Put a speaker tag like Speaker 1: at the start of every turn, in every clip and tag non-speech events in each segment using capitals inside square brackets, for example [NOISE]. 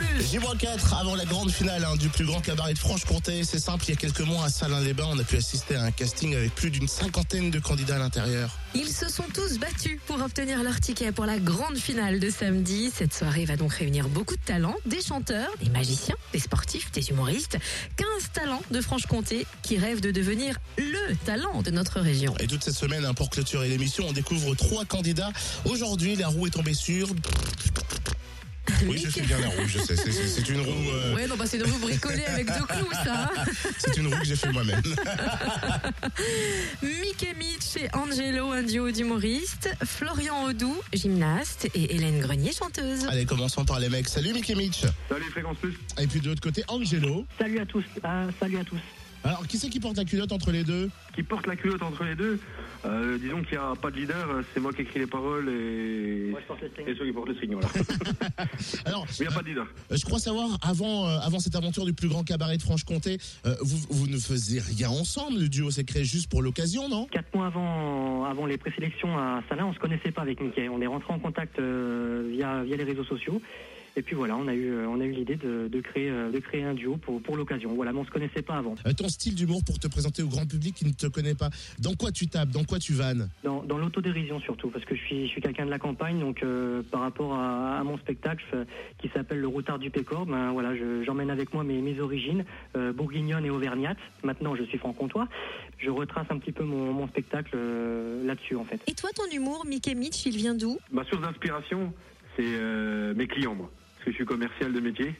Speaker 1: J-4 avant la grande finale hein, du plus grand cabaret de Franche-Comté. C'est simple, il y a quelques mois à Salins-les-Bains, on a pu assister à un casting avec plus d'une cinquantaine de candidats à l'intérieur.
Speaker 2: Ils se sont tous battus pour obtenir leur ticket pour la grande finale de samedi. Cette soirée va donc réunir beaucoup de talents, des chanteurs, des magiciens, des sportifs, des humoristes. 15 talents de Franche-Comté qui rêvent de devenir le talent de notre région.
Speaker 1: Et toute cette semaine, hein, pour clôturer l'émission, on découvre trois candidats. Aujourd'hui, la roue est tombée sur... Oui, je
Speaker 2: Mick-
Speaker 1: suis bien la roue, je sais. c'est- C'est c'est une roue... euh,
Speaker 2: Ouais, non, bah c'est de vous bricoler avec deux clous, ça. hein.
Speaker 1: C'est une roue que j'ai fait moi-même.
Speaker 2: Mick et Mitch et Angelo, un duo d'humoristes. Florian Audoux, gymnaste. Et Hélène Grenier, chanteuse.
Speaker 1: [LAUGHS] Allez, commençons par les mecs. Salut Mickey Mitch.
Speaker 3: Salut Fréquence Plus.
Speaker 1: Et puis de l'autre côté, Angelo.
Speaker 4: Salut à tous. Ah, salut à tous.
Speaker 1: Alors, qui c'est qui porte la culotte entre les deux
Speaker 3: Qui porte la culotte entre les deux Euh, Disons qu'il n'y a pas de leader, euh, c'est moi qui écris les paroles et.
Speaker 4: je porte le string.
Speaker 3: et ceux qui portent le signe, voilà.
Speaker 1: Alors,
Speaker 3: Il n'y a pas de leader.
Speaker 1: Euh, Je crois savoir, avant, euh, avant cette aventure du plus grand cabaret de Franche-Comté, euh, vous, vous ne faisiez rien ensemble. Le duo s'est créé juste pour l'occasion, non
Speaker 4: Quatre mois avant, avant les présélections à Salin, on se connaissait pas avec Mickey. On est rentré en contact euh, via, via les réseaux sociaux. Et puis voilà, on a eu, euh, on a eu l'idée de, de créer, euh, de créer un duo pour, pour l'occasion. Voilà, mais on se connaissait pas avant.
Speaker 1: Euh, Ton style d'humour pour te présenter au grand public qui ne te connaît pas. Dans quoi tu tapes Dans quoi tu vannes
Speaker 4: Dans, dans l'autodérision surtout, parce que je suis, je suis quelqu'un de la campagne, donc euh, par rapport à, à mon spectacle euh, qui s'appelle Le Routard du Pécor, ben voilà, je- j'emmène avec moi mes, mes origines euh, bourguignonnes et auvergnates. Maintenant, je suis franc-comtois. Je retrace un petit peu mon, mon spectacle euh, là-dessus en fait.
Speaker 2: Et toi, ton humour, Mick et Mitch, il vient d'où
Speaker 3: Ma source d'inspiration, c'est euh, mes clients, moi. Parce que je suis commercial de métier.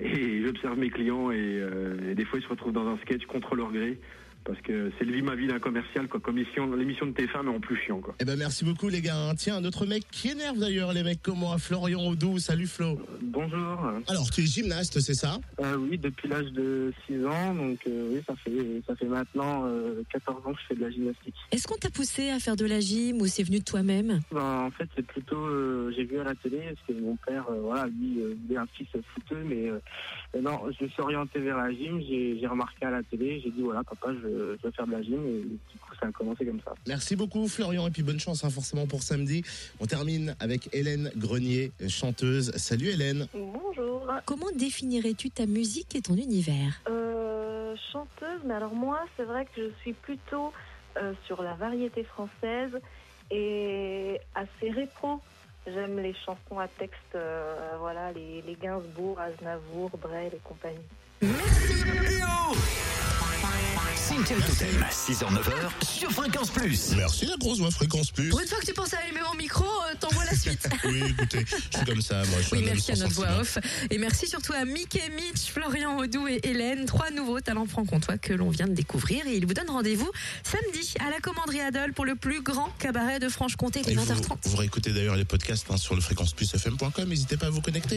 Speaker 3: Et j'observe mes clients et, euh, et des fois ils se retrouvent dans un sketch contre leur gré. Parce que c'est le vie ma vie d'un commercial, quoi. Comme l'émission l'émission de TF1, mais en plus chiant, quoi.
Speaker 1: Eh ben merci beaucoup les gars. Tiens, un autre mec qui énerve d'ailleurs les mecs comme moi, Florian Audou. Salut Flo.
Speaker 5: Bonjour.
Speaker 1: Alors tu es gymnaste, c'est ça
Speaker 5: Euh, oui, depuis l'âge de 6 ans, donc euh, oui, ça fait ça fait maintenant euh, 14 ans que je fais de la gymnastique.
Speaker 2: Est-ce qu'on t'a poussé à faire de la gym ou c'est venu de toi-même
Speaker 5: Ben, en fait, c'est plutôt euh, j'ai vu à la télé parce que mon père, euh, voilà, lui, euh, il est un fils fouteux, mais euh, mais non, je me suis orienté vers la gym. J'ai j'ai remarqué à la télé, j'ai dit voilà, papa, je, je veux faire de la gym, et du coup, ça a commencé comme ça.
Speaker 1: Merci beaucoup Florian et puis bonne chance hein, forcément pour samedi. On termine avec Hélène Grenier, chanteuse. Salut Hélène.
Speaker 6: Bonjour.
Speaker 2: Comment définirais-tu ta musique et ton univers
Speaker 6: Euh, chanteuse, mais alors moi, c'est vrai que je suis plutôt euh, sur la variété française et assez rétro. J'aime les chansons à texte, euh, voilà, les, les Gainsbourg, Aznavour, Brel et compagnie.
Speaker 7: Totem, 6h-9h, sur Fréquence Plus.
Speaker 1: Merci la grosse voix fréquence plus.
Speaker 2: Pour une fois que tu penses à allumer mon micro, euh, t'envoies
Speaker 1: [LAUGHS]
Speaker 2: la suite.
Speaker 1: Oui, écoutez, je suis comme ça, moi. Je suis un
Speaker 2: Oui,
Speaker 1: homme
Speaker 2: merci à
Speaker 1: sans
Speaker 2: notre
Speaker 1: sentiment.
Speaker 2: voix off. Et merci surtout à Mick et Mitch, Florian Audou et Hélène, trois nouveaux talents franc-comtois que l'on vient de découvrir. Et ils vous donnent rendez-vous samedi à la Commanderie Adol pour le plus grand cabaret de Franche-Comté,
Speaker 1: Et vous,
Speaker 2: 20h30.
Speaker 1: vous réécoutez d'ailleurs les podcasts hein, sur le fréquenceplusfm.com. N'hésitez pas à vous connecter.